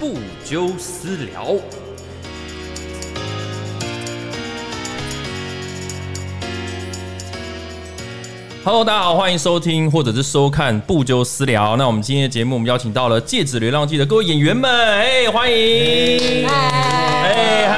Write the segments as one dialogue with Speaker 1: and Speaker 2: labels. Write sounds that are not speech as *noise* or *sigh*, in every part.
Speaker 1: 不纠私聊。Hello，大家好，欢迎收听或者是收看《不纠私聊》。那我们今天的节目，我们邀请到了《戒指流浪记》的各位演员们，哎、欢迎！哎嗨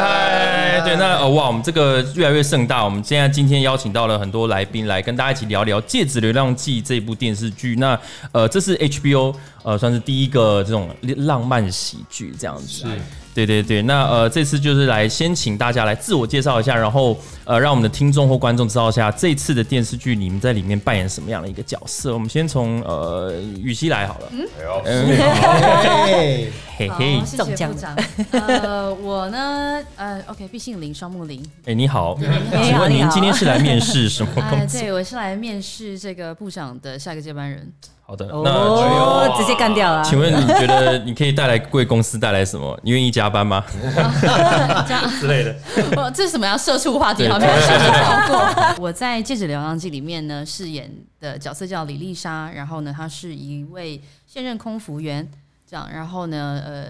Speaker 1: 嗨，对，那呃哇，我们这个越来越盛大。我们现在今天邀请到了很多来宾来跟大家一起聊聊《戒指流浪记》这部电视剧。那呃，这是 HBO 呃算是第一个这种浪漫喜剧这样子。啊对对对，那呃这次就是来先请大家来自我介绍一下，然后呃让我们的听众或观众知道一下这次的电视剧你们在里面扮演什么样的一个角色。我们先从呃雨熙来好了，
Speaker 2: 哎，
Speaker 1: 嘿
Speaker 3: 好，
Speaker 1: 嘿，
Speaker 3: 哦谢
Speaker 4: 中
Speaker 3: 谢
Speaker 4: 奖
Speaker 3: 部长。呃，我呢，呃，OK，毕姓林，双木林。
Speaker 1: 哎你好，
Speaker 4: 好
Speaker 1: 请问
Speaker 4: 你
Speaker 1: 您
Speaker 4: 好
Speaker 1: 今天是来面试什么
Speaker 3: *laughs* 哎
Speaker 1: 工，作？
Speaker 3: 对我是来面试这个部长的下一个接班人。
Speaker 1: 好的，那
Speaker 4: 哦，直接干掉了。
Speaker 1: *laughs* 请问你觉得你可以带来贵公司带来什么？你 *laughs* 愿意加班吗？之类
Speaker 4: *laughs*
Speaker 1: 的。
Speaker 3: *laughs* 哦，这是什么样社畜话题？
Speaker 1: 对
Speaker 3: 好像没有
Speaker 1: *laughs*
Speaker 3: 想过。我在《戒指流浪记》里面呢，饰演的角色叫李丽莎，然后呢，她是呃一位现任空服员，这样，然后呢，呃，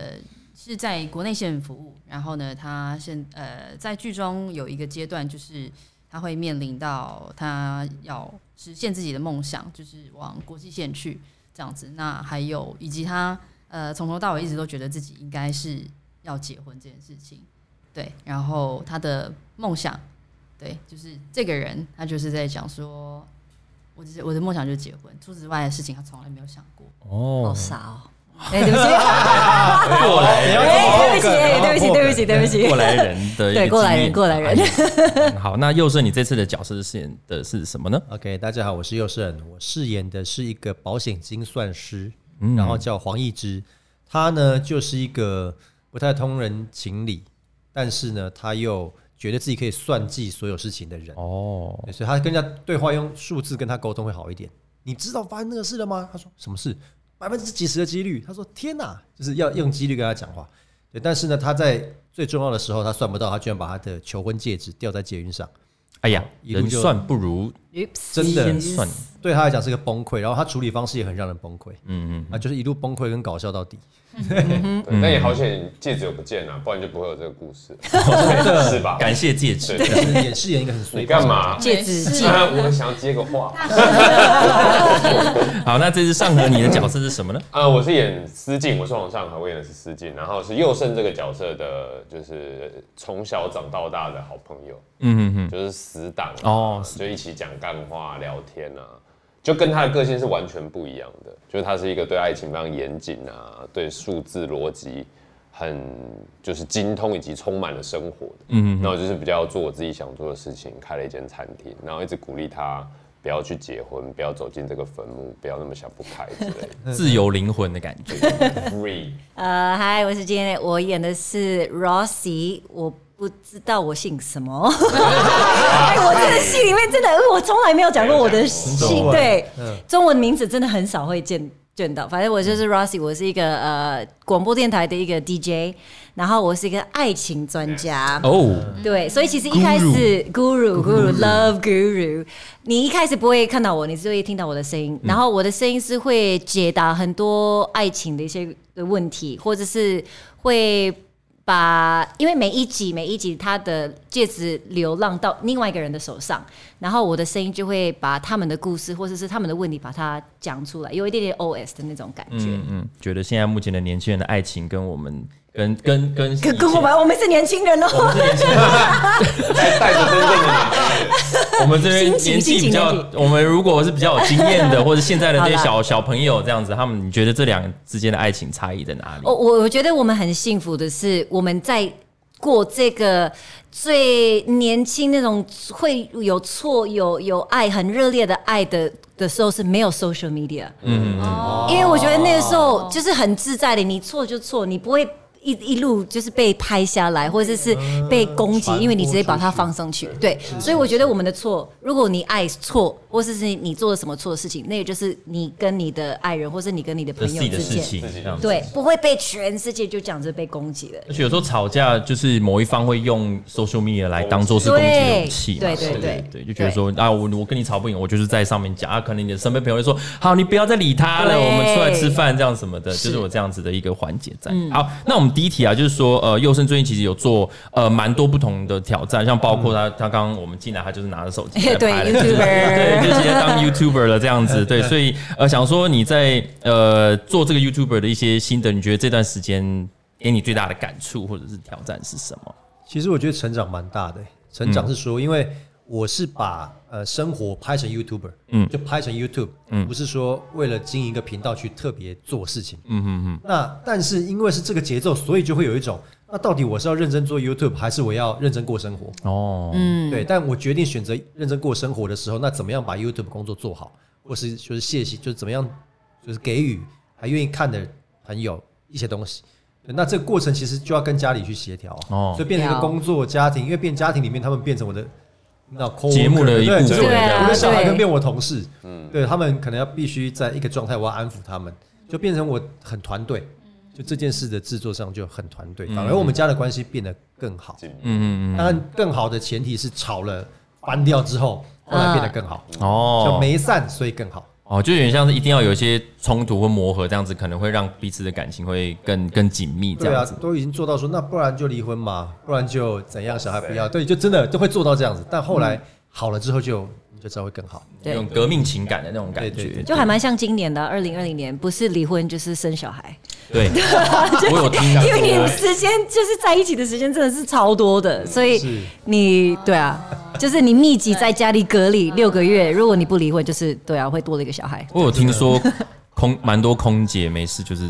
Speaker 3: 是在国内线服务，然后呢，她现呃在剧中有一个阶段，就是她会面临到她要实现自己的梦想，就是往国际线去这样子。那还有以及她呃从头到尾一直都觉得自己应该是要结婚这件事情。对，然后他的梦想，对，就是这个人，他就是在讲说，我只是我的梦想就是结婚，除此之外的事情他从来没有想过。
Speaker 1: 哦
Speaker 4: 好，傻哦。哎，对不起，
Speaker 1: 过来人，
Speaker 4: 哎，对不
Speaker 2: 哦
Speaker 4: 起，哎，对不起，对不起，对
Speaker 1: *laughs*
Speaker 4: 不
Speaker 1: 过
Speaker 4: 起。
Speaker 1: 来人的一个
Speaker 4: 对过来人
Speaker 1: 经验
Speaker 4: 过来人。
Speaker 1: 嗯好，那佑胜，你这次的角色饰演的是什么呢？
Speaker 2: OK，大家好，我是佑胜，我饰演的是一个保险精算师，然后叫黄义之，他呢就是一个不太通人情理，但是呢他又觉得自己可以算计所有事情的人，
Speaker 1: 哦，
Speaker 2: 对所以他跟人家对话用数字跟他沟通会好一点。你知道发生那个事了吗？他说什么事？百分之几十的几率。他说天哪，就是要用几率跟他讲话。对，但是呢，他在最重要的时候他算不到，他居然把他的求婚戒指掉在捷运上。
Speaker 1: 哎呀，
Speaker 2: 一路
Speaker 1: 人
Speaker 2: 就
Speaker 1: 算不如
Speaker 2: 真的
Speaker 1: 天算。
Speaker 2: 对他来讲是个崩溃，然后他处理方式也很让人崩溃，嗯嗯，啊，就是一路崩溃跟搞笑到底，
Speaker 5: 对但也好险戒指有不见了，啊不然就不会有这个故事，哦对是吧？
Speaker 1: 感谢戒指
Speaker 5: 对，
Speaker 2: 就是演饰演一个很
Speaker 5: 你
Speaker 2: 随便
Speaker 5: 干？嘛？
Speaker 4: 戒指
Speaker 3: 没事
Speaker 5: 啊我想要接个话。
Speaker 1: 好，那这次上河你的角色是什么呢？
Speaker 5: 啊，我是演思静，我是王上和，我演的是思静，然后是佑胜这个角色的，就是从小长到大的好朋友，
Speaker 1: *laughs* 嗯嗯
Speaker 5: 就是死党
Speaker 1: 哦
Speaker 5: 哦，就一起讲干话、聊天啊，就跟他的个性是完全不一样的。就是他是一个对爱情非常严谨啊，对数字逻辑很就是精通以及充满了生活的。嗯，那我就是比较做我自己想做的事情，开了一间餐厅，然后一直鼓励他。不要去结婚，不要走进这个坟墓，不要那么想不开之类
Speaker 1: 嗯，自由灵魂的感觉。
Speaker 5: 的。Free，
Speaker 4: 呃，嗨，我是今天我演的是 Rossi，我不知道我姓什么。哎，我真的戏里面真的，呃我从来没有讲过我的姓，对，中文名字真的很少会见。见到，反正我就是 Rossi，我是一个呃广播电台的一个 DJ，然后我是一个爱情专家。
Speaker 1: 哦，
Speaker 4: 嗯对，所以其实一开始 guru guru love guru，你一开始不会看到我，你只会听到我的声
Speaker 1: 嗯
Speaker 4: 音，然后我的声音是会解答很多爱情的一些的问题，或者是会把，因为每一集每一集他的戒指流浪到另外一个人的手上，然后我的声音就会把他们的故事或者是他们的问题把它讲出来，有一点点 OS 的那种感觉。
Speaker 1: 嗯嗯，觉得现在目前的年轻人的爱情跟我们跟跟跟
Speaker 4: 跟跟我们，我们是年轻人哦，
Speaker 1: 我们这年轻人，
Speaker 5: 带带着真正的
Speaker 4: *laughs*
Speaker 5: 你，
Speaker 1: 我们这边
Speaker 4: 心情
Speaker 1: 年纪比较
Speaker 4: 心情，
Speaker 1: 我们如果是比较有经验的，或者现
Speaker 4: *laughs*
Speaker 1: 在的那些
Speaker 4: 好啦
Speaker 1: 小小朋友这样子，他们你觉得这两个之间的爱情差异在哪里？
Speaker 4: 哦我我我觉得我们很幸福的是，我们在过这个最年轻那种会有错、有有爱、很热烈的爱的的时候是没有 social media，
Speaker 1: 嗯嗯嗯，
Speaker 3: 哦
Speaker 4: 因为我觉得那个时候就是很自在的，你错就错，你不会。一一路就是被拍下来，或者是
Speaker 1: 嗯
Speaker 4: 被攻击
Speaker 2: 传播，
Speaker 4: 因为你直接把它放上去。对，所以我觉得我们的错，如果你爱错，或者是你做了什么错的事情，那也就是你跟你的爱人，或是你跟你的
Speaker 1: 这
Speaker 4: 朋
Speaker 1: 是自己
Speaker 4: 友
Speaker 1: 的
Speaker 4: 之
Speaker 1: 事
Speaker 4: 间，
Speaker 1: 情，这样子。
Speaker 4: 对，不会被全世界就这样子被攻击的。
Speaker 1: 而且有时候吵架就是某一方会用 social media 来当做是攻击的武器嘛，
Speaker 4: 对对
Speaker 1: 对
Speaker 4: 对对
Speaker 1: 对，就觉得说啊，我我跟你吵不赢，我就是在上面讲啊，可能你的身边朋友会说，好，你不要再理他了，
Speaker 4: 对
Speaker 1: 我们出来吃饭这样什么的，就是有这样子的一个环节在。
Speaker 4: 嗯
Speaker 1: 好，那我们第一题啊，就是说呃，佑生最近其实有做呃蛮多不同的挑战，像包括他他刚刚我们进来，他就是拿着手机在
Speaker 4: 对
Speaker 1: 拍了就是 *laughs* 对，
Speaker 4: ，YouTuber，
Speaker 1: 就直接当 YouTuber 了这样子。对，所以呃，想说你在呃做这个 YouTuber 的一些心得，你觉得这段时间给你最大的感触或者是挑战是什么？
Speaker 2: 其实我觉得成长蛮大的、成长是说，因为我是把呃生活拍成 YouTuber，嗯，就拍成 YouTube，嗯，不是说为了经营一个频道去特别做事情，嗯嗯嗯。那但是因为是这个节奏，所以就会有一种，那到底我是要认真做 YouTube，还是我要认真过生活？
Speaker 1: 哦，
Speaker 4: 嗯
Speaker 2: 对，但我决定选择认真过生活的时候，那怎么样把 YouTube 工作做好，或是就是谢谢，就是怎么样，就是给予还愿意看的朋友一些东西。对那这个过程其实就要跟家里去协调、
Speaker 1: 哦
Speaker 2: 哦，所以变成一个
Speaker 4: 了
Speaker 2: 工作家庭，因为变家庭里面他们变成我的那 co
Speaker 1: 节目的一部分
Speaker 2: 对，
Speaker 4: 对啊
Speaker 2: 我的小孩
Speaker 4: 对
Speaker 2: 跟变我同事，嗯，对他们可能要必须在一个状态，我要安抚他们，就变成我很团队，就这件事的制作上就很团队，
Speaker 1: 嗯
Speaker 2: 反而我们家的关系变得更好，
Speaker 5: 进步
Speaker 1: 嗯嗯
Speaker 2: 当然，更好的前提是吵了翻掉之后，后来变得更好，
Speaker 1: 嗯，
Speaker 2: 就
Speaker 1: 哦，
Speaker 2: 没散，所以更好。
Speaker 1: 哦，就有点像是一定要有一些冲突或磨合，这样子可能会让彼此的感情会更更紧密这
Speaker 2: 对
Speaker 1: 样
Speaker 2: 啊
Speaker 1: 子。，
Speaker 2: 都已经做到说，那不然就离婚嘛，不然就怎样，小孩不要，对，就真的就会做到这样子。但后来好了之后就，你就知道会更好。
Speaker 1: 那
Speaker 4: 对啊
Speaker 1: 种革命情感的那种感
Speaker 2: 对对
Speaker 1: 觉
Speaker 2: 对，
Speaker 4: 就还蛮像今年的二零二零年，不是离婚就是生小孩，
Speaker 1: 对， *laughs* 我
Speaker 4: *laughs*
Speaker 1: 有听
Speaker 4: 因为你
Speaker 1: 过
Speaker 4: 们，时间就是在一起的时间真的是超多的，所以
Speaker 2: 是
Speaker 4: 你对啊，就是你密集在家里隔离六个月，如果你不离婚，就是对啊，会多了一个小孩。
Speaker 1: 我有听说空蛮多空姐没事就是。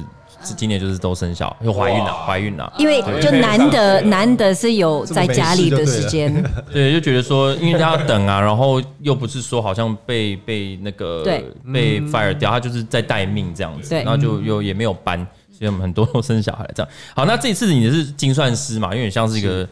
Speaker 1: 今年就是都生小，又怀孕了，
Speaker 5: 哇
Speaker 1: 怀孕了。
Speaker 4: 因为就难得难得是有在家里的时间，
Speaker 1: 对，就觉得说，因为他要等
Speaker 2: *laughs*
Speaker 1: 啊，然后又不是说好像被被那个
Speaker 4: 对
Speaker 1: 被
Speaker 2: 嗯
Speaker 1: fire 掉，他就是在待命这样子，
Speaker 4: 对
Speaker 1: 然后就又也没有班，所以我们很多都生小孩这样。好，那这一次你是精算师嘛，有点像是一个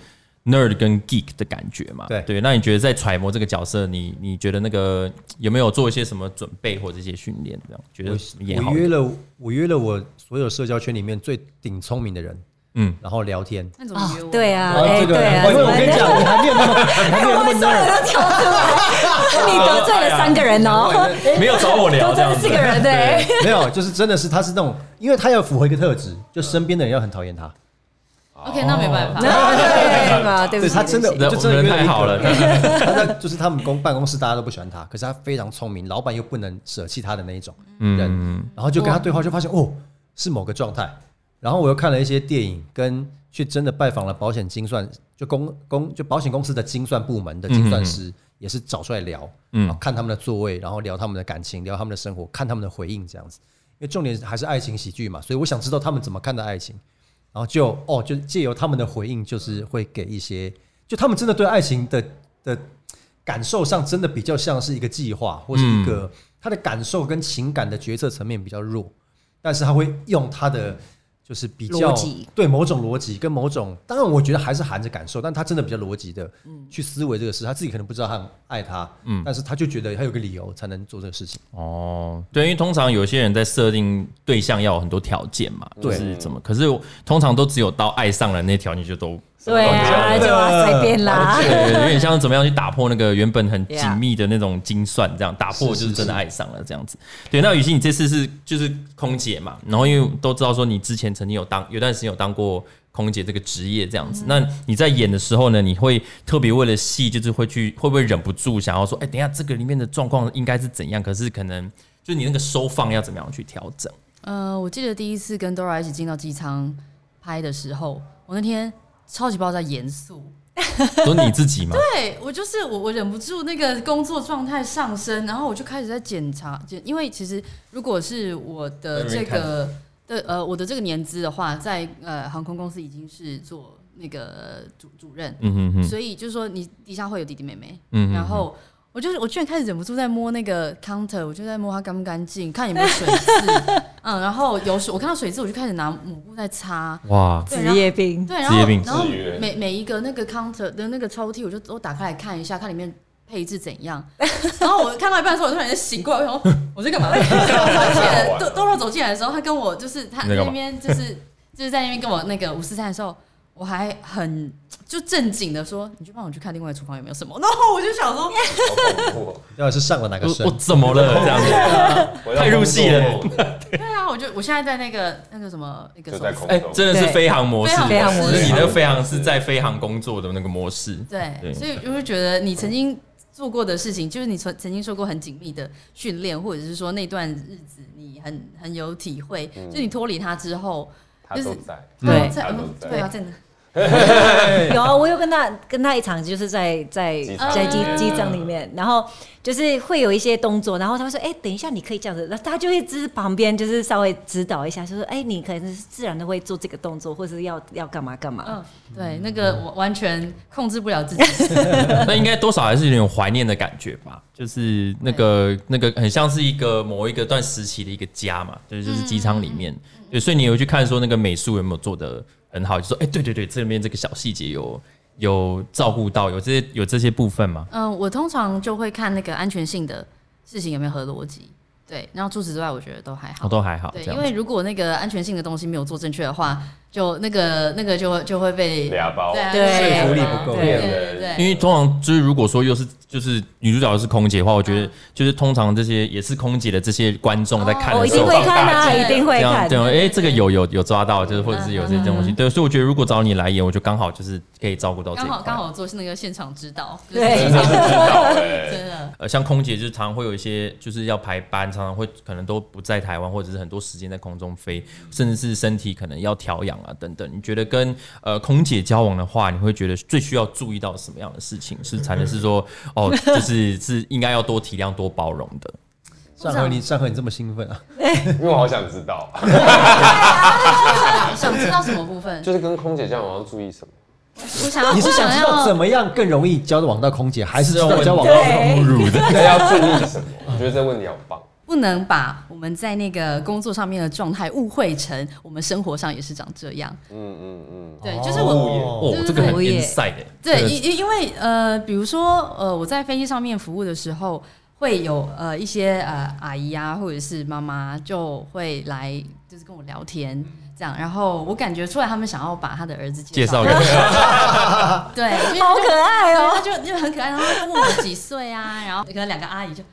Speaker 1: nerd 跟 geek 的感觉嘛，
Speaker 2: 对
Speaker 1: 对。那你觉得在揣摩这个角色，你你觉得那个有没有做一些什么准备或者一些训练这样？觉得演好
Speaker 2: 我？约了，我约了我所有社交圈里面最顶聪明的人，
Speaker 1: 嗯
Speaker 2: 嗯，然后聊天。
Speaker 3: 那怎么约我？
Speaker 4: *laughs* 对啊，
Speaker 2: 然后
Speaker 4: 哎
Speaker 2: 哦这个
Speaker 4: 对啊，
Speaker 2: 我我跟你讲，你还没有那么，你还没有那么 nerd，
Speaker 4: 都跳出
Speaker 2: *laughs*
Speaker 4: 来，你得罪了三个人哦，
Speaker 1: 没有找我聊这
Speaker 2: 啊
Speaker 4: 得罪
Speaker 1: 样
Speaker 4: 了
Speaker 1: 子
Speaker 4: 四，个人，对，
Speaker 2: 没有，就是真的是他是那种，因为他要符合一个特质，就身边的人要很讨厌他。
Speaker 3: OK，那没办
Speaker 4: 哦
Speaker 3: 法。
Speaker 4: 对嘛，对不
Speaker 2: 对
Speaker 4: 起，
Speaker 2: 他真的，
Speaker 4: 对不
Speaker 1: 对
Speaker 2: 我就
Speaker 4: 起
Speaker 2: 真的
Speaker 1: 人
Speaker 2: 约了
Speaker 1: 太
Speaker 2: 一
Speaker 1: 好
Speaker 2: 个
Speaker 1: 了
Speaker 2: 他在就是他们公办公室大家都不喜欢他，可是他非常聪明，老板又不能舍弃他的那一种
Speaker 1: 嗯
Speaker 2: 人，然后就跟他对话，就发现哦是某个状态。然后我又看了一些电影，跟去真的拜访了保险精算，就公公就保险公司的精算部门的精算师，也是找出来聊，嗯，看他们的座位，然后聊他们的感情，聊他们的生活，看他们的回应这样子。因为重点还是爱情喜剧嘛，所以我想知道他们怎么看待爱情。然后就哦，就借由他们的回应，就是会给一些，就他们真的对爱情的的感受上，真的比较像是一个计划或是一个、他的感受跟情感的决策层面比较弱，但是他会用他的就是比较
Speaker 4: 逻辑
Speaker 2: 对某种逻辑跟某种，当然我觉得还是含着感受，但他真的比较逻辑的
Speaker 3: 嗯
Speaker 2: 去思维这个事，他自己可能不知道他很爱他，嗯，但是他就觉得他有个理由才能做这个事情。
Speaker 1: 哦，对，因为通常有些人在设定对象要有很多条件嘛，就
Speaker 2: 对
Speaker 1: 是怎么，可是我通常都只有到爱上了那条件就都。
Speaker 4: 对啊，就要随便啦，
Speaker 1: 对，有点像怎么样去打破那个原本很
Speaker 4: Yeah
Speaker 1: 紧密的那种精算，这样打破就是真的爱上了这样子。对，那雨欣，你这次是就是空姐嘛，然后因为都知道说你之前曾经有当有段时间有当过空姐这个职业这样子，那你在演的时候呢，你会特别为了戏，就是会去会不会忍不住想要说，哎、等一下这个里面的状况应该是怎样？可是可能就你那个收放要怎么样去调整？
Speaker 3: 呃，我记得第一次跟 Dora 一起进到机舱拍的时候，我那天超级爆炸严肃。
Speaker 1: 都是你自己吗？
Speaker 3: 对我就是我，我忍不住那个工作状态上升，然后我就开始在检查，检因为其实如果是我
Speaker 1: 在
Speaker 3: 的
Speaker 1: 那
Speaker 3: 这
Speaker 1: 边看
Speaker 3: 个的呃我的这个年资的话，在呃航空公司已经是做那个主主任，
Speaker 1: 嗯哼哼，
Speaker 3: 所以就是说你底下会有弟弟妹妹，
Speaker 1: 嗯哼哼
Speaker 3: 然后我就是我居然开始忍不住在摸那个 counter，我就在摸它干不干净，看有没有水渍。 *laughs* 嗯，然后有水，我看到水渍，我就开始拿抹布在擦。
Speaker 1: 哇，
Speaker 3: 对
Speaker 4: 职
Speaker 3: 然后
Speaker 4: 业病。
Speaker 3: 对，然
Speaker 1: 职业
Speaker 3: 后
Speaker 1: 病
Speaker 3: 然后
Speaker 5: 制约
Speaker 3: 每每一个那个 counter 的那个抽屉，我就都打开来看一下，看里面配置怎样。然后我看到一半的时候，我突然间醒过来，我想说我在干嘛？我走进来，豆豆豆走进来的时候，他跟我就是他
Speaker 1: 你在干
Speaker 3: 那
Speaker 1: 嘛
Speaker 3: 边就是就是在那边跟我那个五四三的时候。我还很就正经的说，你去帮我去看另外厨房有没有什么。然后我就想说，
Speaker 5: 好恐怖哦
Speaker 2: 到底是上了哪个
Speaker 1: 我我
Speaker 2: 身？
Speaker 1: 怎么了这样子？
Speaker 5: 我要
Speaker 1: 太入戏了
Speaker 5: 工作
Speaker 3: 对啊，我就我现在在那个那个什么那个
Speaker 5: 就
Speaker 3: 什
Speaker 5: 在
Speaker 3: 么
Speaker 5: 空
Speaker 1: 哎，
Speaker 5: 中。
Speaker 1: 真的是飞航模式，
Speaker 3: 飞
Speaker 4: 航模式
Speaker 1: 就是你那飞航是在飞航工作的那个模式。对
Speaker 3: 对，所以我就觉得你曾经做过的事情，就是你曾曾经受过很紧密的训练，或者是说那段日子你很很有体会，就你脱离它之后，
Speaker 5: 他
Speaker 3: 就是
Speaker 5: 都在，
Speaker 4: 对
Speaker 3: 在
Speaker 5: 他都在
Speaker 3: 对啊，真的，
Speaker 4: 有啊，我有跟他跟他一场，就是在在
Speaker 5: 机
Speaker 3: 场
Speaker 4: 在
Speaker 3: 里
Speaker 4: 机
Speaker 5: 面
Speaker 4: 机场里面，然后就是会有一些动作，然后他会说：“哎、等一下，你可以这样子。”然后他就会就是旁边就是稍微指导一下，就说：“哎、你可能是自然的会做这个动作，或是要要干嘛干嘛。
Speaker 3: 嗯，对，那个我完全控制不了 *laughs* 自己，
Speaker 1: 那应该多少还是有点怀念的感觉吧，就是那个那个很像是一个某一个段时期的一个家嘛，对，就是机舱里面，
Speaker 4: 嗯
Speaker 1: 对，所以你有去看说那个美术有没有做的很好，就说哎、对对对，这边这个小细节有有照顾到，有这些有这些部分吗？
Speaker 3: 嗯，我通常就会看那个安全性的事情有没有合逻辑，对，然后除此之外，我觉得都还好
Speaker 1: 我。都还好，
Speaker 3: 对，
Speaker 1: 这
Speaker 3: 因
Speaker 1: 样
Speaker 3: 为
Speaker 1: 子。
Speaker 3: 如果那个安全性的东西没有做正确的话，就那个那个就会就会被
Speaker 5: 俩包
Speaker 3: 对啊
Speaker 4: 对
Speaker 2: 说服力不够
Speaker 3: 对啊对
Speaker 5: 对
Speaker 3: 对对，
Speaker 1: 因为通常就是如果说又是就是女主角又是空姐的话，我觉
Speaker 4: 嗯
Speaker 1: 得就是通常这些也是空姐的这些观众在看的
Speaker 4: 我哦一
Speaker 1: 时候
Speaker 4: 定会看啊，
Speaker 3: 对
Speaker 4: 一定会
Speaker 1: 这样
Speaker 4: 看
Speaker 1: 对，。哎、这个有有有抓到，就是或者是有这些东西，对，所以我觉得如果找你来演，我就刚好就是可以照顾到这一
Speaker 3: 刚
Speaker 1: 块。
Speaker 3: 好刚好做那个现场指导，就是
Speaker 4: 对
Speaker 3: 现
Speaker 5: 真的
Speaker 3: 场
Speaker 5: 是知道哎，
Speaker 3: 真的，
Speaker 1: 呃，像空姐就是常常会有一些，就是要排班，常常会可能都不在台湾，或者是很多时间在空中飞，甚至是身体可能要调养啊等等。你觉得跟呃空姐交往的话，你会觉得最需要注意到什么样的事情？是才能是说哦，就是是应该要多体谅、多包容的。
Speaker 2: 上回你上回你这么兴奋啊？
Speaker 5: 因为我好想知道，
Speaker 3: 想知道什么部分？
Speaker 5: 就是跟空姐交往要注意什么？
Speaker 3: 我想要，
Speaker 2: 你是想知道怎
Speaker 3: 么？
Speaker 2: 么样更容易交往到空姐，还是知
Speaker 1: 是
Speaker 2: 道
Speaker 1: 我
Speaker 2: 交往到
Speaker 4: 对
Speaker 2: 空乳 *laughs* 的？
Speaker 5: 对，要注意什么？ *laughs* 我觉得这问题好棒。
Speaker 3: 不能把我们在那个工作上面的状态误会成我们生活上也是长这样。
Speaker 5: 嗯嗯嗯，
Speaker 3: 对，就是我
Speaker 1: 哦，
Speaker 3: 对
Speaker 1: 这个很
Speaker 4: 我也
Speaker 1: inside 欸
Speaker 3: 对，
Speaker 1: 这个
Speaker 3: 因因因为呃，比如说呃，我在飞机上面服务的时候，会有呃一些呃阿姨啊，或者是妈妈就会来，就是跟我聊天这样，然后我感觉出来他们想要把他的儿子
Speaker 1: 介绍
Speaker 3: 绍
Speaker 1: 给
Speaker 3: 给
Speaker 1: 你。
Speaker 3: 我，对，因为就
Speaker 4: 好可爱
Speaker 3: 然
Speaker 4: 哦、
Speaker 3: 后他就就很可爱，然后他就问我几岁啊，然后可能两个阿姨就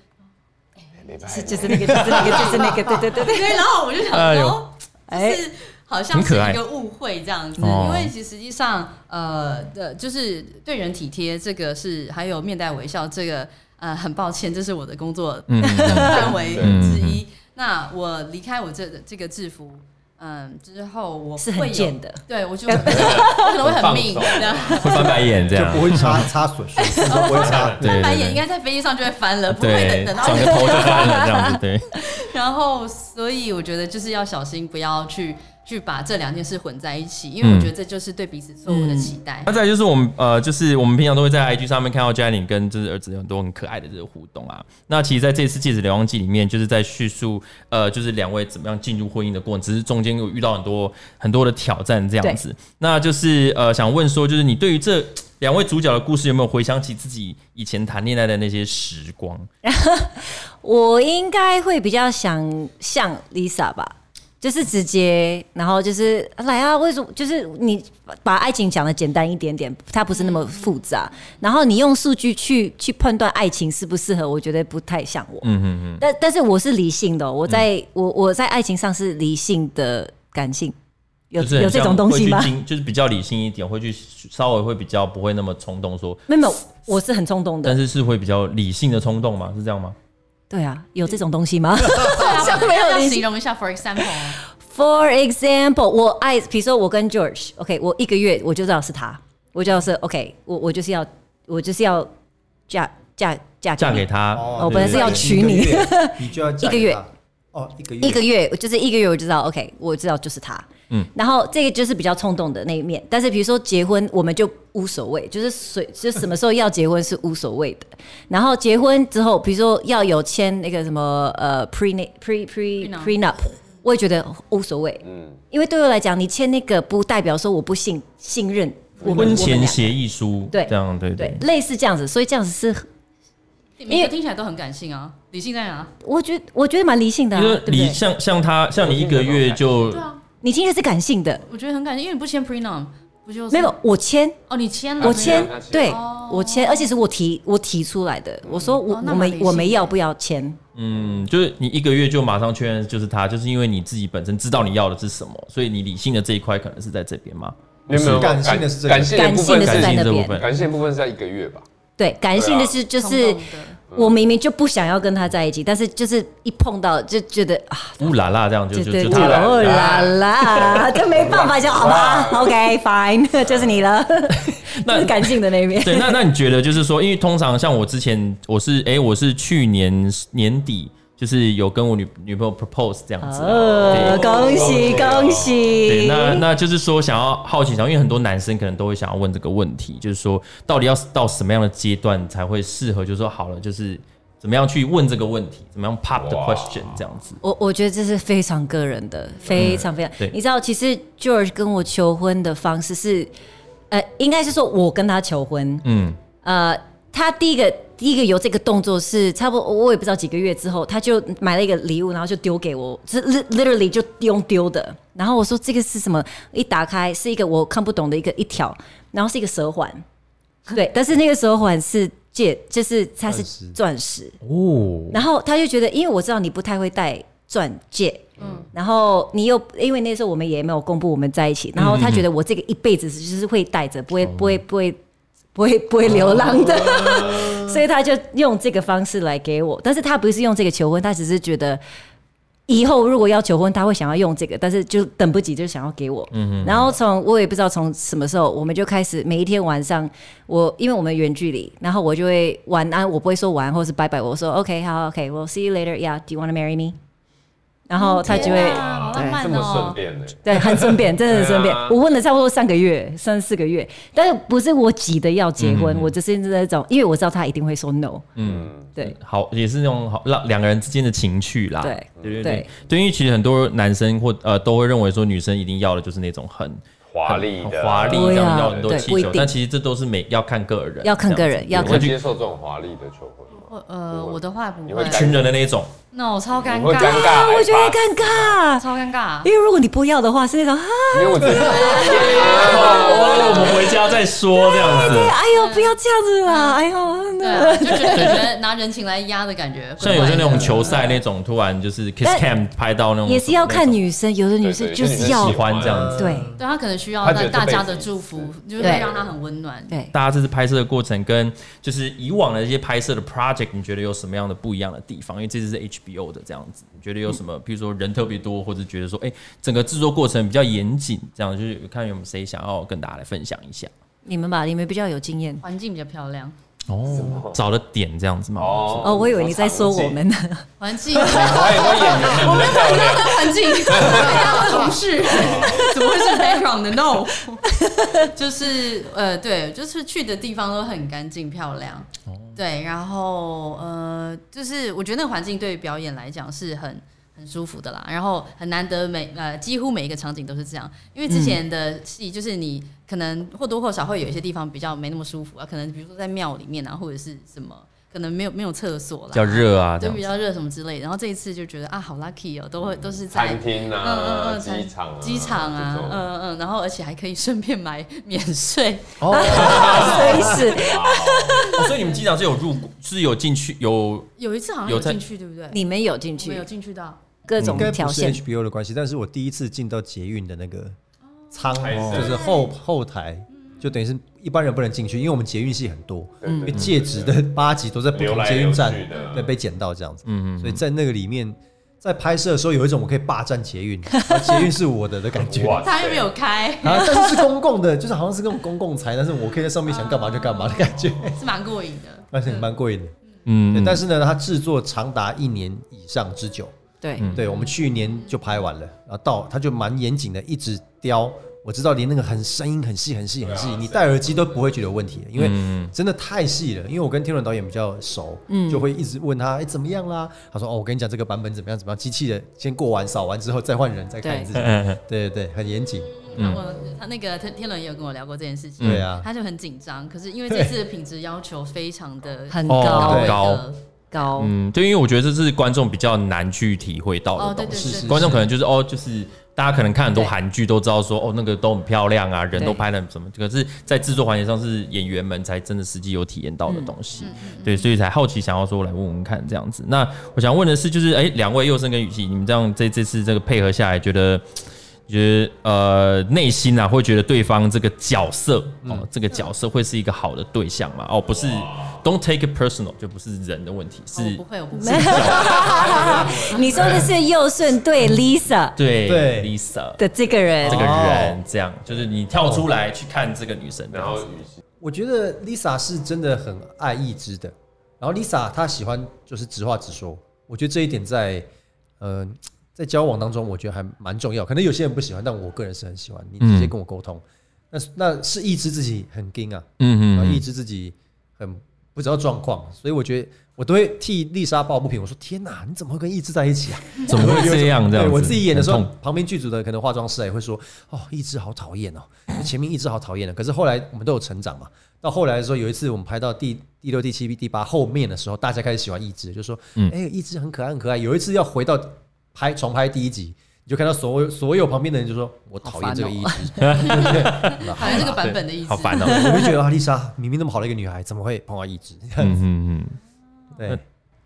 Speaker 5: 哎没
Speaker 4: *laughs*
Speaker 5: 办
Speaker 4: 是就是那个，就是那个，就是那个，对对对对。
Speaker 3: *laughs* 对，然后我就想
Speaker 1: 哎呦
Speaker 3: 说，哦
Speaker 4: 哎
Speaker 3: 就是好像
Speaker 1: 很
Speaker 3: 是
Speaker 1: 可爱
Speaker 3: 一个误会这样子，
Speaker 1: 哦
Speaker 3: 因为其实实际上呃的，就是对人体贴这个是，还有面带微笑这个，呃，很抱歉，这是我的工作
Speaker 1: 嗯嗯
Speaker 3: *laughs* 范围
Speaker 1: 嗯
Speaker 3: 之一。那我离开我这这个制服，嗯，之后我
Speaker 4: 是
Speaker 3: 会
Speaker 4: 很
Speaker 3: 有
Speaker 4: 贱，的，
Speaker 3: 对我就我可能会
Speaker 1: *laughs*
Speaker 3: 很命
Speaker 5: 很放松
Speaker 3: 这样。
Speaker 1: 嗯会翻白眼这
Speaker 2: 就
Speaker 1: 样
Speaker 2: 不。会
Speaker 5: *laughs*
Speaker 2: 擦擦损失，不会擦。
Speaker 4: *laughs*
Speaker 1: 对对
Speaker 3: 白眼
Speaker 1: 对
Speaker 3: 应该在飞机上就会翻了，不会
Speaker 1: 对，
Speaker 3: 等等到
Speaker 1: 转个头就翻了这样子，对。 *laughs*
Speaker 3: 然后，所以我觉得就是要小心，不要去去把这两件事混在一起，因为
Speaker 5: 嗯
Speaker 3: 我觉得这就是对彼此错误的期待。
Speaker 1: 那再来就是我们呃，就是我们平常都会在 IG 上面看到 j a n i n 跟就是儿子有很多很可爱的这个互动啊。那其实在这次《戒指流浪记》里面，就是在叙述呃，就是两位怎么样进入婚姻的过程，只是中间有遇到很多很多的挑战这样子。那就是呃，想问说，就是你对于这两位主角的故事，有没有回想起自己以前谈恋爱的那些时光？
Speaker 4: 我应该会比较想像 Lisa 吧，就是直接，然后就是来啊，为什么？就是你把爱情讲的简单一点点，它不是那么复杂。
Speaker 1: 嗯
Speaker 4: 然后你用数据去去判断爱情适不适合，我觉得不太像我。
Speaker 1: 嗯嗯嗯，
Speaker 4: 但但是我是理性的哦、我在、我我在爱情上是理性的感性，有
Speaker 1: 就是很
Speaker 4: 有这
Speaker 1: 像
Speaker 4: 种东西吗
Speaker 1: 会去？经就是比较理性一点，会去稍微会比较不会那么冲动说，
Speaker 4: 没有，没有，我是很冲动
Speaker 1: 但
Speaker 4: 的。
Speaker 1: 是是会比较理性的冲动吗？是这样吗？
Speaker 4: 对啊，有这种东西吗？
Speaker 3: 好
Speaker 4: 像没有
Speaker 3: 啊要
Speaker 4: 理
Speaker 3: 形容一下，for example，哦
Speaker 4: For example，我爱，比如说我跟 George，OK，、我一个月我就知道是他，我就要是 OK，我我就是要我就是要嫁嫁嫁
Speaker 1: 嫁
Speaker 4: 你
Speaker 1: 给他，
Speaker 2: 哦
Speaker 4: 我本来是要娶
Speaker 2: 一
Speaker 4: 你
Speaker 2: 个月，你就要嫁
Speaker 4: *laughs* 一个
Speaker 2: 给
Speaker 4: 月
Speaker 2: 他哦，一个月，
Speaker 4: 一个月，就是一个月我就知道 OK，我知道就是他。嗯，然后这个就是比较冲动的那一面。但是比如说结婚，我们就无所谓，就是随 *laughs* 就什么时候要结婚是无所谓的。然后结婚之后，比如说要有签那个什么呃 pre pre pre
Speaker 3: Prenup
Speaker 4: prenup，我也觉得无所谓，嗯，因为对我来讲，你签那个不代表说我不信信任我们
Speaker 1: 婚
Speaker 4: 我们
Speaker 1: 前
Speaker 4: 俩
Speaker 1: 协议书，
Speaker 4: 对
Speaker 1: 这样对
Speaker 4: 对
Speaker 1: 对，
Speaker 4: 类似这样子，所以这样子是
Speaker 3: 每个听起来都很感性啊，理性在哪？
Speaker 4: 我觉我觉得蛮理性的、啊，
Speaker 1: 因
Speaker 4: 对
Speaker 1: 为
Speaker 4: 不
Speaker 1: 你
Speaker 4: 对？
Speaker 1: 像像他像你一个月就
Speaker 3: 对啊，
Speaker 4: 你听的是感性的，
Speaker 3: 我觉得很感性，因为你不签 prenup，不就是
Speaker 4: 没有我签。
Speaker 3: 哦？你签了，
Speaker 4: 我
Speaker 5: 对
Speaker 4: 签
Speaker 5: 他签，
Speaker 4: 对
Speaker 3: 哦
Speaker 4: 我签，而且是我提我提出来的。我说我
Speaker 3: 哦那
Speaker 4: 我
Speaker 3: 蛮理
Speaker 4: 们
Speaker 3: 性
Speaker 4: 我们
Speaker 3: 的
Speaker 4: 要不要签？
Speaker 1: 嗯，就是你一个月就马上确认就是他，就是因为你自己本身知道你要的是什么，所以你理性的这一块可能是在这边嘛。
Speaker 5: 你有没有
Speaker 2: 感性的是这个
Speaker 5: 感性的部
Speaker 4: 感
Speaker 5: 分
Speaker 4: 性的是在
Speaker 1: 性
Speaker 4: 那
Speaker 1: 这部
Speaker 4: 边
Speaker 1: 分，
Speaker 5: 感性的部分是在一个月吧？
Speaker 4: 对，感性的是就是
Speaker 3: 啊冲动嗯的
Speaker 4: 我明明就不想要跟他在一起，但是就是一碰到就觉得啊，
Speaker 1: 乌啦啦这样就
Speaker 4: 对
Speaker 1: 就
Speaker 4: 对
Speaker 1: 就
Speaker 4: 对，
Speaker 1: 他来了。
Speaker 4: 哦啦啦， *laughs* 这没办法，就好
Speaker 1: *laughs*
Speaker 4: 吧，OK fine，就是 *laughs* 你了，
Speaker 1: 那
Speaker 4: *laughs* 就是感性的那一面。
Speaker 1: 对，那那你觉得就是说，因为通常像我之前，我是哎、我是去年年底，就是有跟我女女朋友 propose 这样子。啊
Speaker 4: 呃，恭喜恭
Speaker 1: 对，
Speaker 4: 喜！
Speaker 1: 那那就是说，想要好奇，想因为很多男生可能都会想要问这个问题，就是说，到底要到什么样的阶段才会适合？就是说，好了，就是怎么样去问这个问题，怎么样 pop the
Speaker 5: 哇
Speaker 1: question 这样子。
Speaker 4: 我我觉得这是非常个人的，非常非常。
Speaker 1: 对
Speaker 4: 你知道，其实 George 跟我求婚的方式是，呃，应该是说我跟他求婚，
Speaker 1: 嗯，
Speaker 4: 呃，他第一个第一个有这个动作是差不多，我也不知道几个月之后，他就买了一个礼物，然后就丢给我，是 lit- literally 就用丢的。然后我说这个是什么？一打开是一个我看不懂的一个一条，然后是一个蛇环，对，但是那个蛇环是戒，就是它是
Speaker 2: 钻石
Speaker 4: 钻石，
Speaker 1: 哦，
Speaker 4: 然后他就觉得，因为我知道你不太会戴钻戒，
Speaker 3: 嗯
Speaker 4: 嗯，然后你又因为那时候我们也没有公布我们在一起，然后他觉得我这个一辈子就是会戴着，不会不会不会不会不会流浪的， *laughs* 所以他就用这个方式来给我，但是他不是用这个求婚，他只是觉得。以后如果要求婚，他会想要用这个，但是就等不及，就想要给我。然后从我也不知道从什么时候，我们就开始每一天晚上，我因为我们远距离，然后我就会晚安，我不会说晚安或是拜拜，我说 OK 好 OK，we'll、see you later，yeah，do you want to marry me？然后哦他就会、
Speaker 3: 哦天哪好浪漫
Speaker 5: 这么顺
Speaker 3: 哦。
Speaker 5: 便呢？
Speaker 4: 对很顺便，真的很顺便。
Speaker 5: 对啊
Speaker 4: 我问了差不多三个月、三四个月，但是不是我急的要结婚，我只是那种，因为我知道他一定会说 no。
Speaker 5: 嗯，
Speaker 4: 对，
Speaker 1: 好，也是那种好让两个人之间的情趣啦。
Speaker 4: 对
Speaker 1: 对对对
Speaker 4: 对，
Speaker 1: 对，因为其实很多男生或呃都会认为说女生一定要的就是那种很
Speaker 5: 华丽
Speaker 1: 很
Speaker 5: 的，
Speaker 1: 华丽，
Speaker 4: 对啊
Speaker 1: 这样要很多
Speaker 4: 对
Speaker 1: 气
Speaker 4: 不一
Speaker 1: 球，
Speaker 4: 定
Speaker 1: 但其实这都是每要看个人，
Speaker 4: 要看个人
Speaker 1: 这样子
Speaker 5: 你
Speaker 1: 对
Speaker 5: 会
Speaker 1: 我就
Speaker 5: 接受这种华丽的求婚吗？
Speaker 3: 我呃，我的话不
Speaker 5: 你
Speaker 3: 会
Speaker 5: 会，
Speaker 1: 一群人的那一种，
Speaker 3: 那我超尴
Speaker 5: 你会尴
Speaker 3: 尬，
Speaker 5: 尬，
Speaker 4: 我觉得
Speaker 5: 哎
Speaker 4: 尴尬，
Speaker 3: 超尴尬。
Speaker 4: 因为如果你不要的话，是那种啊，
Speaker 5: 因为我觉
Speaker 1: 哦，我
Speaker 5: 得
Speaker 1: 们回家再说这样子。
Speaker 4: 哎呦，不要这样子啦，哎呦，
Speaker 3: 对
Speaker 4: 那
Speaker 3: 啊，就觉得感觉拿人情来压的感
Speaker 5: *laughs*
Speaker 3: 觉，
Speaker 1: 像有些那种球赛那种，突然就是 kiss
Speaker 4: 但
Speaker 1: cam 拍到那种，
Speaker 4: 也是要看女生，有的女生
Speaker 5: 对对
Speaker 4: 就
Speaker 5: 有些
Speaker 4: 是
Speaker 5: 女生
Speaker 4: 要
Speaker 1: 喜欢这样子。
Speaker 4: 对
Speaker 3: 对他可能需要
Speaker 5: 他觉
Speaker 3: 大
Speaker 5: 得
Speaker 3: 大
Speaker 5: 这辈
Speaker 3: 家
Speaker 5: 子
Speaker 3: 的
Speaker 5: 一
Speaker 3: 祝福，就是
Speaker 4: 对
Speaker 3: 会让他很温暖。
Speaker 4: 对。
Speaker 1: 大家这次拍摄的过程跟就是以往的一些拍摄的 project，你觉得有什么样的不一样的地方？因为这次是 HBO 的这样子，你觉得有什么？比如说人特别多，或者觉得说，哎、整个制作过程比较严谨，这样就是看有没有谁想要跟大家来分享一下
Speaker 4: 你们吧，你们比较有经验。
Speaker 3: 环境比较漂亮，
Speaker 1: 哦，找的点这样子嘛。
Speaker 5: 哦
Speaker 4: 哦，我以为你在说我们呢。
Speaker 3: 环境， *laughs*
Speaker 5: 我也会演员，我们
Speaker 3: 环境，大家的同事， *laughs* 怎么会是 background 的 no？就是 *laughs* 呃，对，就是去的地方都很干净漂亮，
Speaker 5: 哦
Speaker 3: 对，然后呃，就是我觉得那个环境对于表演来讲是很。很舒服的啦，然后很难得每呃几乎每一个场景都是这样，因为之前的戏就是你可能或多或少会有一些地方比较没那么舒服啊，可能比如说在庙里面啊，或者是什么，可能没有没有厕所啦，
Speaker 1: 比较热啊，这
Speaker 3: 对，
Speaker 1: 样
Speaker 3: 比
Speaker 1: 子。
Speaker 3: 较热什么之类的。然后这一次就觉得啊，好 lucky 哦，都会都是在
Speaker 5: 餐。厅
Speaker 3: 嗯
Speaker 5: 啊，
Speaker 3: 嗯嗯
Speaker 5: 机场啊，
Speaker 3: 机场啊
Speaker 5: 这，种
Speaker 3: 嗯嗯嗯，然后而且还可以顺便买 *laughs* 免税，
Speaker 4: 哦 *laughs* 随时
Speaker 1: 哦所以你们机长是有入，是有进去有
Speaker 3: 有一次好像
Speaker 1: 有
Speaker 3: 有
Speaker 1: 在
Speaker 3: 进去，对不对？
Speaker 4: 你们有进
Speaker 3: 我们有
Speaker 4: 去
Speaker 3: 进去到，
Speaker 4: 各
Speaker 2: 嗯应
Speaker 4: 种
Speaker 2: 该
Speaker 4: 条
Speaker 2: 不是
Speaker 4: 线，
Speaker 2: HBO 的关系，但是我第一次进到捷运的那个仓，
Speaker 5: 哦
Speaker 2: 就是后后台，就等于是一般人不能进去，因为我们捷运系很多，
Speaker 5: 对
Speaker 4: 嗯
Speaker 5: 对
Speaker 2: 因为介质的八集都在不
Speaker 5: 流
Speaker 2: 同
Speaker 5: 来
Speaker 2: 捷运
Speaker 5: 流
Speaker 2: 站
Speaker 5: 去的
Speaker 2: 对被捡到这样子，嗯嗯，所以在那个里面。在拍摄的时候，有一种我可以霸占捷
Speaker 4: *laughs*
Speaker 2: 运，然后捷运是我的的感
Speaker 4: 嗯
Speaker 2: 觉。
Speaker 5: 哇
Speaker 2: 啊，
Speaker 5: 塞
Speaker 3: 他又没有开，
Speaker 2: 但是是公共的，就是好像是那种公共财，但是我可以在上面想干嘛就干嘛的感觉，
Speaker 3: 是蛮过瘾的。
Speaker 2: 而且蛮过瘾的。
Speaker 1: 嗯
Speaker 2: 对，但是呢，它制作长达一年以上之久，
Speaker 3: 对，
Speaker 2: 对，我们去年就拍完了，然后到他就蛮严谨的，一直雕。我知道连那个很声音很细很细很细，你戴耳机都不会觉得有问题，因为
Speaker 1: 嗯
Speaker 2: 真的太细了。因为我跟天伦导演比较熟，就会一直问他，哎、怎么样啦？他说，哦，我跟你讲这个版本怎么样怎么样，机器的先过完扫完之后再换人再看一次。对对对，很严谨。
Speaker 1: 嗯
Speaker 3: 那我他那个天天伦也有跟我聊过这件事情，
Speaker 2: 对啊，
Speaker 3: 他就很紧张，可是因为这次的品质要求非常的
Speaker 4: 很
Speaker 1: 哦
Speaker 4: 高
Speaker 3: 位
Speaker 1: 高
Speaker 3: 的，
Speaker 4: 高。
Speaker 1: 嗯，对，因为我觉得这是观众比较难去体会到
Speaker 3: 哦，
Speaker 1: 的
Speaker 3: 对
Speaker 1: 东
Speaker 3: 对
Speaker 1: 西。
Speaker 2: 是
Speaker 3: 对
Speaker 2: 是
Speaker 1: 观众可能就是哦，就是大家可能看很多韩剧都知道说哦，那个都很漂亮啊，人都
Speaker 4: 对
Speaker 1: 拍的什么，可是，在制作环节上是演员们才真的实际有体验到的东西。
Speaker 3: 嗯
Speaker 1: 对，所以才好奇想要说来问问看这样子。那我想问的是，就是哎，两位佑生跟雨熙，你们这样这这次这个配合下来，觉得？觉得呃，内心啊，会觉得对方这个角色哦，这个角色会是一个好的对象嘛？哦，不是，don't take it personal，就不是人的问题，
Speaker 3: 哦我
Speaker 1: 是
Speaker 3: 不会，我不会，
Speaker 4: *laughs* 你说的是右顺对 Lisa
Speaker 1: 对
Speaker 2: 对
Speaker 1: Lisa
Speaker 4: 的这个人
Speaker 1: 这个
Speaker 2: 哦
Speaker 1: 人，这样就是你跳出来去看这个女生，
Speaker 5: 然
Speaker 1: 然
Speaker 5: 后
Speaker 1: 后
Speaker 5: 语气
Speaker 2: 我觉得 Lisa 是真的很爱一枝的，然后 Lisa 她喜欢就是直话直说，我觉得这一点在呃在交往当中，我觉得还蛮重要。可能有些人不喜欢，但我个人是很喜欢你直接跟我沟通。那是那是抑制自己很硬啊，
Speaker 1: 嗯
Speaker 2: 然后抑制自己很不知道状况，所以我觉得我都会替丽莎抱不平。我说天哪，你怎么会跟抑制在一起啊？
Speaker 1: 怎么会 *laughs* 这样？这样
Speaker 2: 对
Speaker 1: 子
Speaker 2: 我自己演的时
Speaker 1: 很
Speaker 2: 候
Speaker 1: 痛，
Speaker 2: 旁边剧组的可能化妆师也会说：“哦，一只好讨厌哦，前面一只好讨厌的。”可是后来我们都有成长嘛。到后来的时候，有一次我们拍到第第六、第七、第八后面的时候，大家开始喜欢一只，就说：“
Speaker 1: 嗯
Speaker 2: 哎、一只很可爱，很可爱。”有一次要回到拍重拍第一集，你就看到所有所有旁边的人就说：“我讨厌这个一只。
Speaker 3: 好像这个版本的意思
Speaker 1: 好。烦哦。
Speaker 2: *laughs* 我就觉得啊，丽莎明明那么好的一个女孩，怎么会碰到一只？
Speaker 1: 嗯嗯 *laughs*
Speaker 2: *laughs* 对，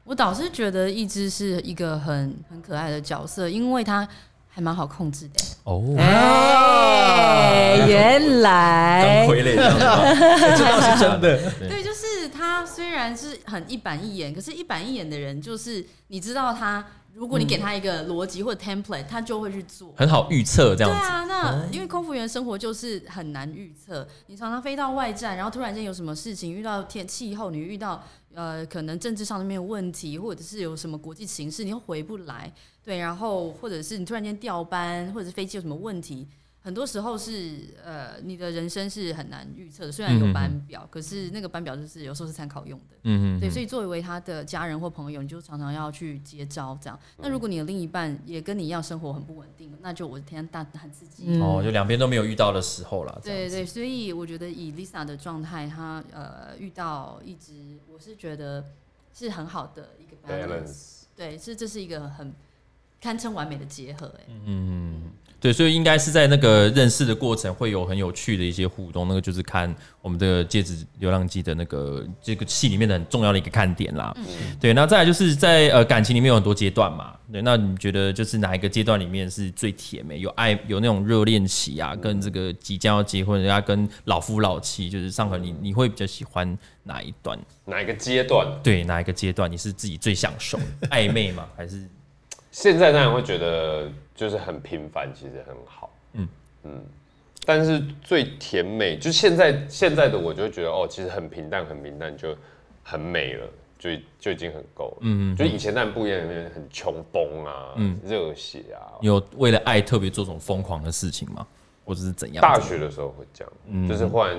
Speaker 3: 我倒是觉得一只是一个很很可爱的角色，因为它还蛮好控制的。
Speaker 1: 哦，
Speaker 4: 哎，原来
Speaker 1: 傀哎儡这样子，
Speaker 2: 这倒是真的。
Speaker 3: 对，就是他虽然是很一板一眼，可是一板一眼的人，就是你知道他，如果你给他一个逻辑或 template，他就会去做。
Speaker 1: 很好预测这
Speaker 3: 对
Speaker 1: 样子。
Speaker 3: 啊，那因为空服员生活就是很难预测，你常常飞到外站，然后突然间有什么事情，遇到天气候，你遇到呃可能政治上面的问题，或者是有什么国际形势，你又回不来，对，然后或者是你突然间调班，或者是飞机有什么问题，很多时候是呃你的人生是很难预测的。虽然有班表，可是那个班表就是有时候是参考用的。
Speaker 1: 嗯
Speaker 3: 对，所以作为他的家人或朋友，你就常常要去接招这样。
Speaker 1: 嗯
Speaker 3: 那如果你的另一半也跟你一样生活很不稳定，那就我的天，大很刺激。
Speaker 1: 嗯，哦，就两边都没有遇到的时候啦。这样
Speaker 3: 对
Speaker 1: 子，
Speaker 3: 对，所以我觉得以 Lisa 的状态，她呃遇到一直，我是觉得是很好的一个 balance，
Speaker 5: balance
Speaker 3: 对，是这是一个很堪称完美的结合、哎、
Speaker 1: 对，所以应该是在那个认识的过程会有很有趣的一些互动，那个就是看我们这个《戒指流浪记》的那个这个戏里面的很重要的一个看点啦。对，那再来就是在呃感情里面有很多阶段嘛，对，那你觉得就是哪一个阶段里面是最甜美？有爱，有那种热恋期啊，跟这个即将要结婚，人家跟老夫老妻，就是上河你你会比较喜欢哪一段？
Speaker 5: 哪一个阶段？
Speaker 1: 对，哪一个阶段你是自己最享受的暧昧吗？还是
Speaker 5: 现在当然会觉得就是很平凡，其实很好。嗯嗯，但是最甜美，就现在现在的我就会觉得哦，其实很平淡，很平淡就很美了，就就已经很够了。嗯嗯，就以前当然不一样，很穷疯啊，热血啊。
Speaker 1: 你有为了爱特别做这种疯狂的事情吗？或者是怎样？
Speaker 5: 大学的时候会这样，就是忽然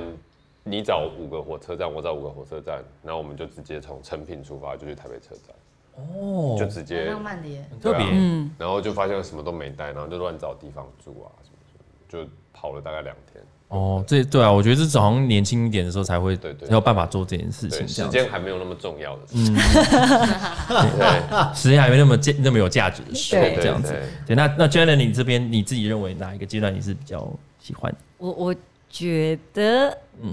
Speaker 5: 你找五个火车站，我找五个火车站，然后我们就直接从成品出发就去台北车站，
Speaker 1: 哦
Speaker 5: 就直接
Speaker 3: 蛮浪漫的耶。
Speaker 1: 很特别
Speaker 5: 对啊，然后就发现什么都没带，然后就乱找地方住啊什么什么，就跑了大概两天。
Speaker 1: 哦，这对啊，我觉得这种好像年轻一点的时候才会，
Speaker 5: 对对
Speaker 1: 才有办法做这件事情，
Speaker 5: 对，
Speaker 1: 这
Speaker 5: 时
Speaker 1: 样子
Speaker 5: 间还没有那么重要的 *laughs* 事。嗯，
Speaker 1: 啊时间还没那么价那么有价值的时候，
Speaker 4: 对
Speaker 1: 这样子。对，那那 Jalen，你这边你自己认为哪一个阶段你是比较喜欢？
Speaker 4: 我我觉得
Speaker 5: 很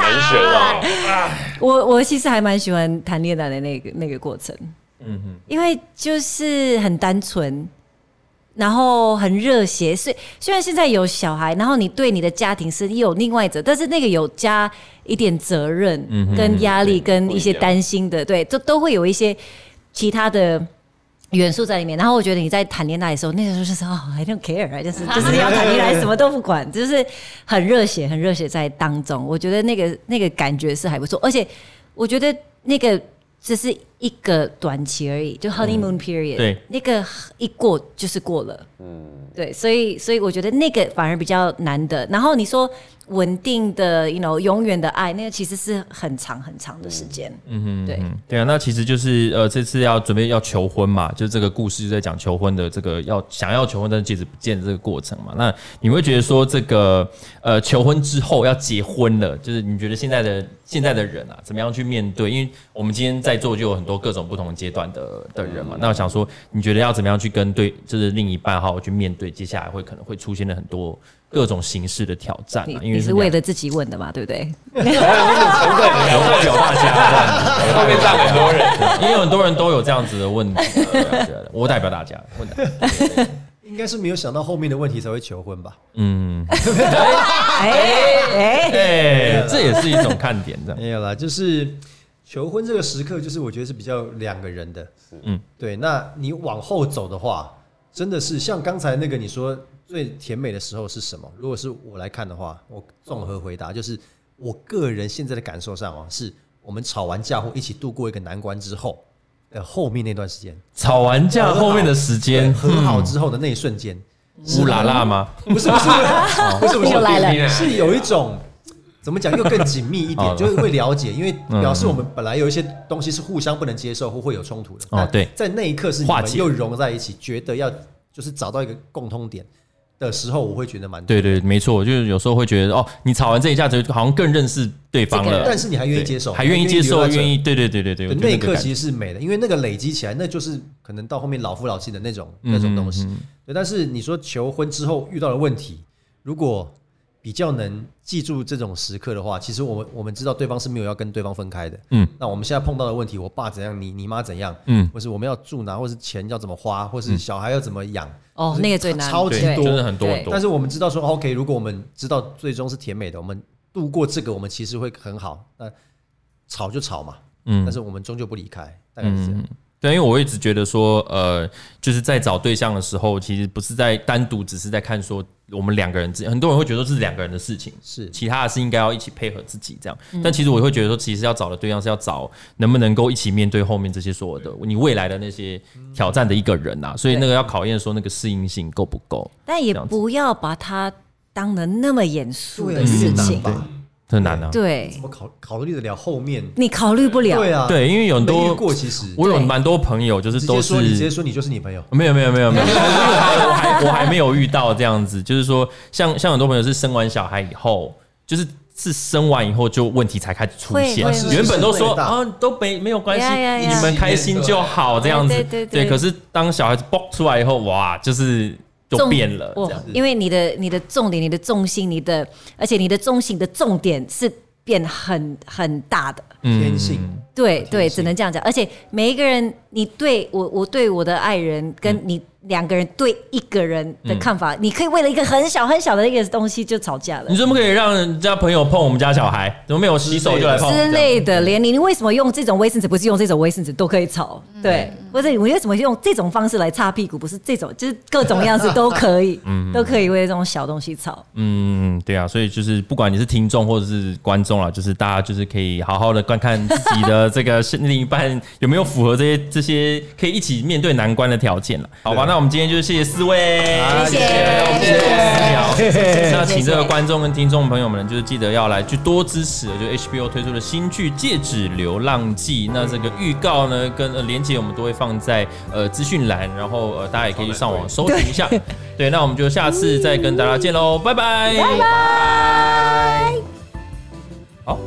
Speaker 5: 难选哦。
Speaker 4: *laughs* 我我其实还蛮喜欢谈恋爱的那个那个过程，
Speaker 1: 嗯哼，
Speaker 4: 因为就是很单纯，然后很热血。虽虽然现在有小孩，然后你对你的家庭是有另外责，但是那个有加一点责任、跟压力、
Speaker 5: 嗯对
Speaker 4: 跟一些
Speaker 5: 不一样
Speaker 4: 担心的，对，都都会有一些其他的。元素在里面，然后我觉得你在谈恋爱的时候，那个时候就是哦，I don't care，就是就是你要谈恋爱，什么都不管， *laughs* 就是很热血，很热血在当中。我觉得那个那个感觉是还不错，而且我觉得那个只是一个短期而已，就 honeymoon period，、
Speaker 1: 嗯对，
Speaker 4: 那个一过就是过了，嗯，对，所以所以我觉得那个反而比较难的。然后你说稳定的，you know，永远的爱，那个其实是很长很长的时间，嗯对，
Speaker 1: 嗯对啊，那其实就是呃，这次要准备要求婚嘛，就这个故事就在讲求婚的这个要想要求婚，但是戒指不见的这个过程嘛。那你会觉得说这个呃，求婚之后要结婚了，就是你觉得现在的现在的人啊，怎么样去面对？因为我们今天在座就有很多各种不同阶段的的人嘛。
Speaker 4: 嗯
Speaker 1: 那我想说，你觉得要怎么样去跟对，就是另一半好好去面对接下来会可能会出现的很多各种形式的挑战、啊？
Speaker 4: 你
Speaker 1: 因为
Speaker 4: 你是
Speaker 1: 两
Speaker 4: 为了自己问的嘛，对不对？
Speaker 5: 成本
Speaker 1: 有有大家这样子。
Speaker 5: 后面站很多人，
Speaker 1: *laughs* 因为很多人都有这样子的问题，对啊对啊我代表大家问答。
Speaker 2: 应该是没有想到后面的问题才会求婚吧？
Speaker 4: 哎哎，
Speaker 1: 哎，这也是一种看点，这样。
Speaker 2: 没有啦，就是求婚这个时刻，就是我觉得是比较两个人的，
Speaker 1: 嗯
Speaker 2: 嗯，对。那你往后走的话，真的是像刚才那个你说最甜美的时候是什么？如果是我来看的话，我综合回答就是，我个人现在的感受上哦，是我们吵完架后一起度过一个难关之后的后面那段时间，
Speaker 1: 吵完架后面的时间，
Speaker 2: 和好之后的那一瞬间，
Speaker 1: 乌啦啦吗？
Speaker 2: 不是不是不是不是
Speaker 4: 又来了
Speaker 2: 是有一种怎么讲又更紧密一
Speaker 1: 哦
Speaker 2: 点，就是会了解，因为表示我们本来有一些东西是互相不能接受或会有冲突的。
Speaker 1: 哦
Speaker 2: 但
Speaker 1: 对
Speaker 2: 在那一刻是你
Speaker 1: 化
Speaker 2: 们
Speaker 1: 解
Speaker 2: 又融在一起，觉得要就是找到一个共通点的时候，我会觉得蛮。
Speaker 1: 对对，没错，就是有时候会觉得哦，你吵完这一架之后，好像更认识对方
Speaker 4: 这个
Speaker 1: 了，
Speaker 4: 人
Speaker 2: 但是你还愿意接受，
Speaker 1: 还愿意接受，
Speaker 2: 留在这
Speaker 1: 愿意，对对对对对，我
Speaker 2: 对
Speaker 1: 觉得
Speaker 2: 那一
Speaker 1: 个
Speaker 2: 刻
Speaker 1: 感觉
Speaker 2: 其实是美的，因为那个累积起来，那就是可能到后面老夫老妻的那种那种东西。
Speaker 1: 嗯
Speaker 2: 对，但是你说求婚之后遇到的问题，如果比较能记住这种时刻的话，其实我们我们知道对方是没有要跟对方分开的。
Speaker 1: 嗯，
Speaker 2: 那我们现在碰到的问题，我爸怎样，你你妈怎样，
Speaker 1: 嗯
Speaker 2: 嗯，或是我们要住哪，或是钱要怎么花，或是小孩要怎么养，
Speaker 4: 哦
Speaker 2: 就，是
Speaker 4: 那个最难，
Speaker 2: 超级
Speaker 1: 对，
Speaker 4: 对
Speaker 2: 多，
Speaker 1: 就是很多
Speaker 4: 对
Speaker 1: 很多
Speaker 2: 但。是我们知道说，OK，如果我们知道最终是甜美的，我们度过这个，我们其实会很好。那吵就吵嘛，
Speaker 1: 嗯
Speaker 2: 嗯，但是我们终究不离开，大概是这样。
Speaker 1: 对，因为我一直觉得说，呃，就是在找对象的时候，其实不是在单独，只是在看说我们两个人之间，很多人会觉得这是两个人的事情，
Speaker 2: 是
Speaker 1: 其他的是应该要一起配合自己这样。但其实我会觉得说，其实要找的对象是要找能不能够一起面对后面这些所有的你未来的那些挑战的一个人啊，所以那个要考验说那个适应性够不够，
Speaker 4: 但也
Speaker 1: 这样子
Speaker 4: 不要把它当的那么严肃的
Speaker 2: 有
Speaker 4: 事
Speaker 2: 点难
Speaker 4: 情，
Speaker 2: 吧？
Speaker 1: 很难啊。
Speaker 4: 对
Speaker 2: 怎，么考考虑得了后面？
Speaker 4: 你考虑不了，
Speaker 2: 对啊，
Speaker 1: 对，因为有很
Speaker 2: 没遇
Speaker 1: 多
Speaker 2: 过，其实
Speaker 1: 我有蛮多朋友就是
Speaker 2: 直
Speaker 1: 都
Speaker 2: 接说你直接
Speaker 1: 是。
Speaker 2: 说你就是你朋友，
Speaker 1: 没有没有没有
Speaker 4: *laughs*
Speaker 1: 没有，因为我还我还我还没有遇到这样子，就是说，像像很多朋友是生完小孩以后，就是是生完以后就问题才开始出
Speaker 4: 会
Speaker 1: 现
Speaker 4: 会会，
Speaker 1: 原本都说
Speaker 2: 是
Speaker 1: 啊都没没有关系，
Speaker 4: 呀呀呀
Speaker 1: 你们开心就好这样子
Speaker 4: 对，对对
Speaker 1: 可是当小孩子爆出来以后，哇，就是就
Speaker 4: 重
Speaker 1: 变了
Speaker 4: 哇
Speaker 1: 这样子。
Speaker 4: 因为你的你的重点、你的重心、你的，而且你的重心的重点是变很很大的。
Speaker 1: 嗯
Speaker 2: 天性
Speaker 4: 对对，
Speaker 2: 性
Speaker 4: 只能这样讲。而且每一个人，你对我，我对我的爱人，跟你两个人对一个人的看法，你可以为了一个很小很小的一个东西就吵架了
Speaker 1: 你。怎么可以让人家朋友碰我们家小孩？怎么没有洗手就来碰？
Speaker 4: 之类的，连你你为什么用这种卫生纸，不是用这种卫生纸都可以吵，对，或者你为什么用这种方式来擦屁股，不是这种，就是各种样子都可以，都可以为这种小东西吵。
Speaker 1: 嗯，对啊，所以就是不管你是听众或者是观众啦，就是大家就是可以好好的观看自己的这个 *laughs* 另一半有没有符合这些这些可以一起面对难关的条件了，好吧？那我们今天就是谢谢四位，
Speaker 4: 啊谢谢
Speaker 1: 我们谢谢四聊
Speaker 2: 嘿嘿嘿
Speaker 1: 那请这
Speaker 4: 谢
Speaker 1: 个
Speaker 4: 谢
Speaker 1: 观众跟听众朋友们，就是记得要来去多支持，就是 HBO 推出的新剧《戒指流浪记》。那这个预告呢，跟呃连接我们都会放在呃资讯栏，然后呃大家也可以去上网搜寻一下。对，那我们就下次再跟大家见喽，拜拜，拜拜。好。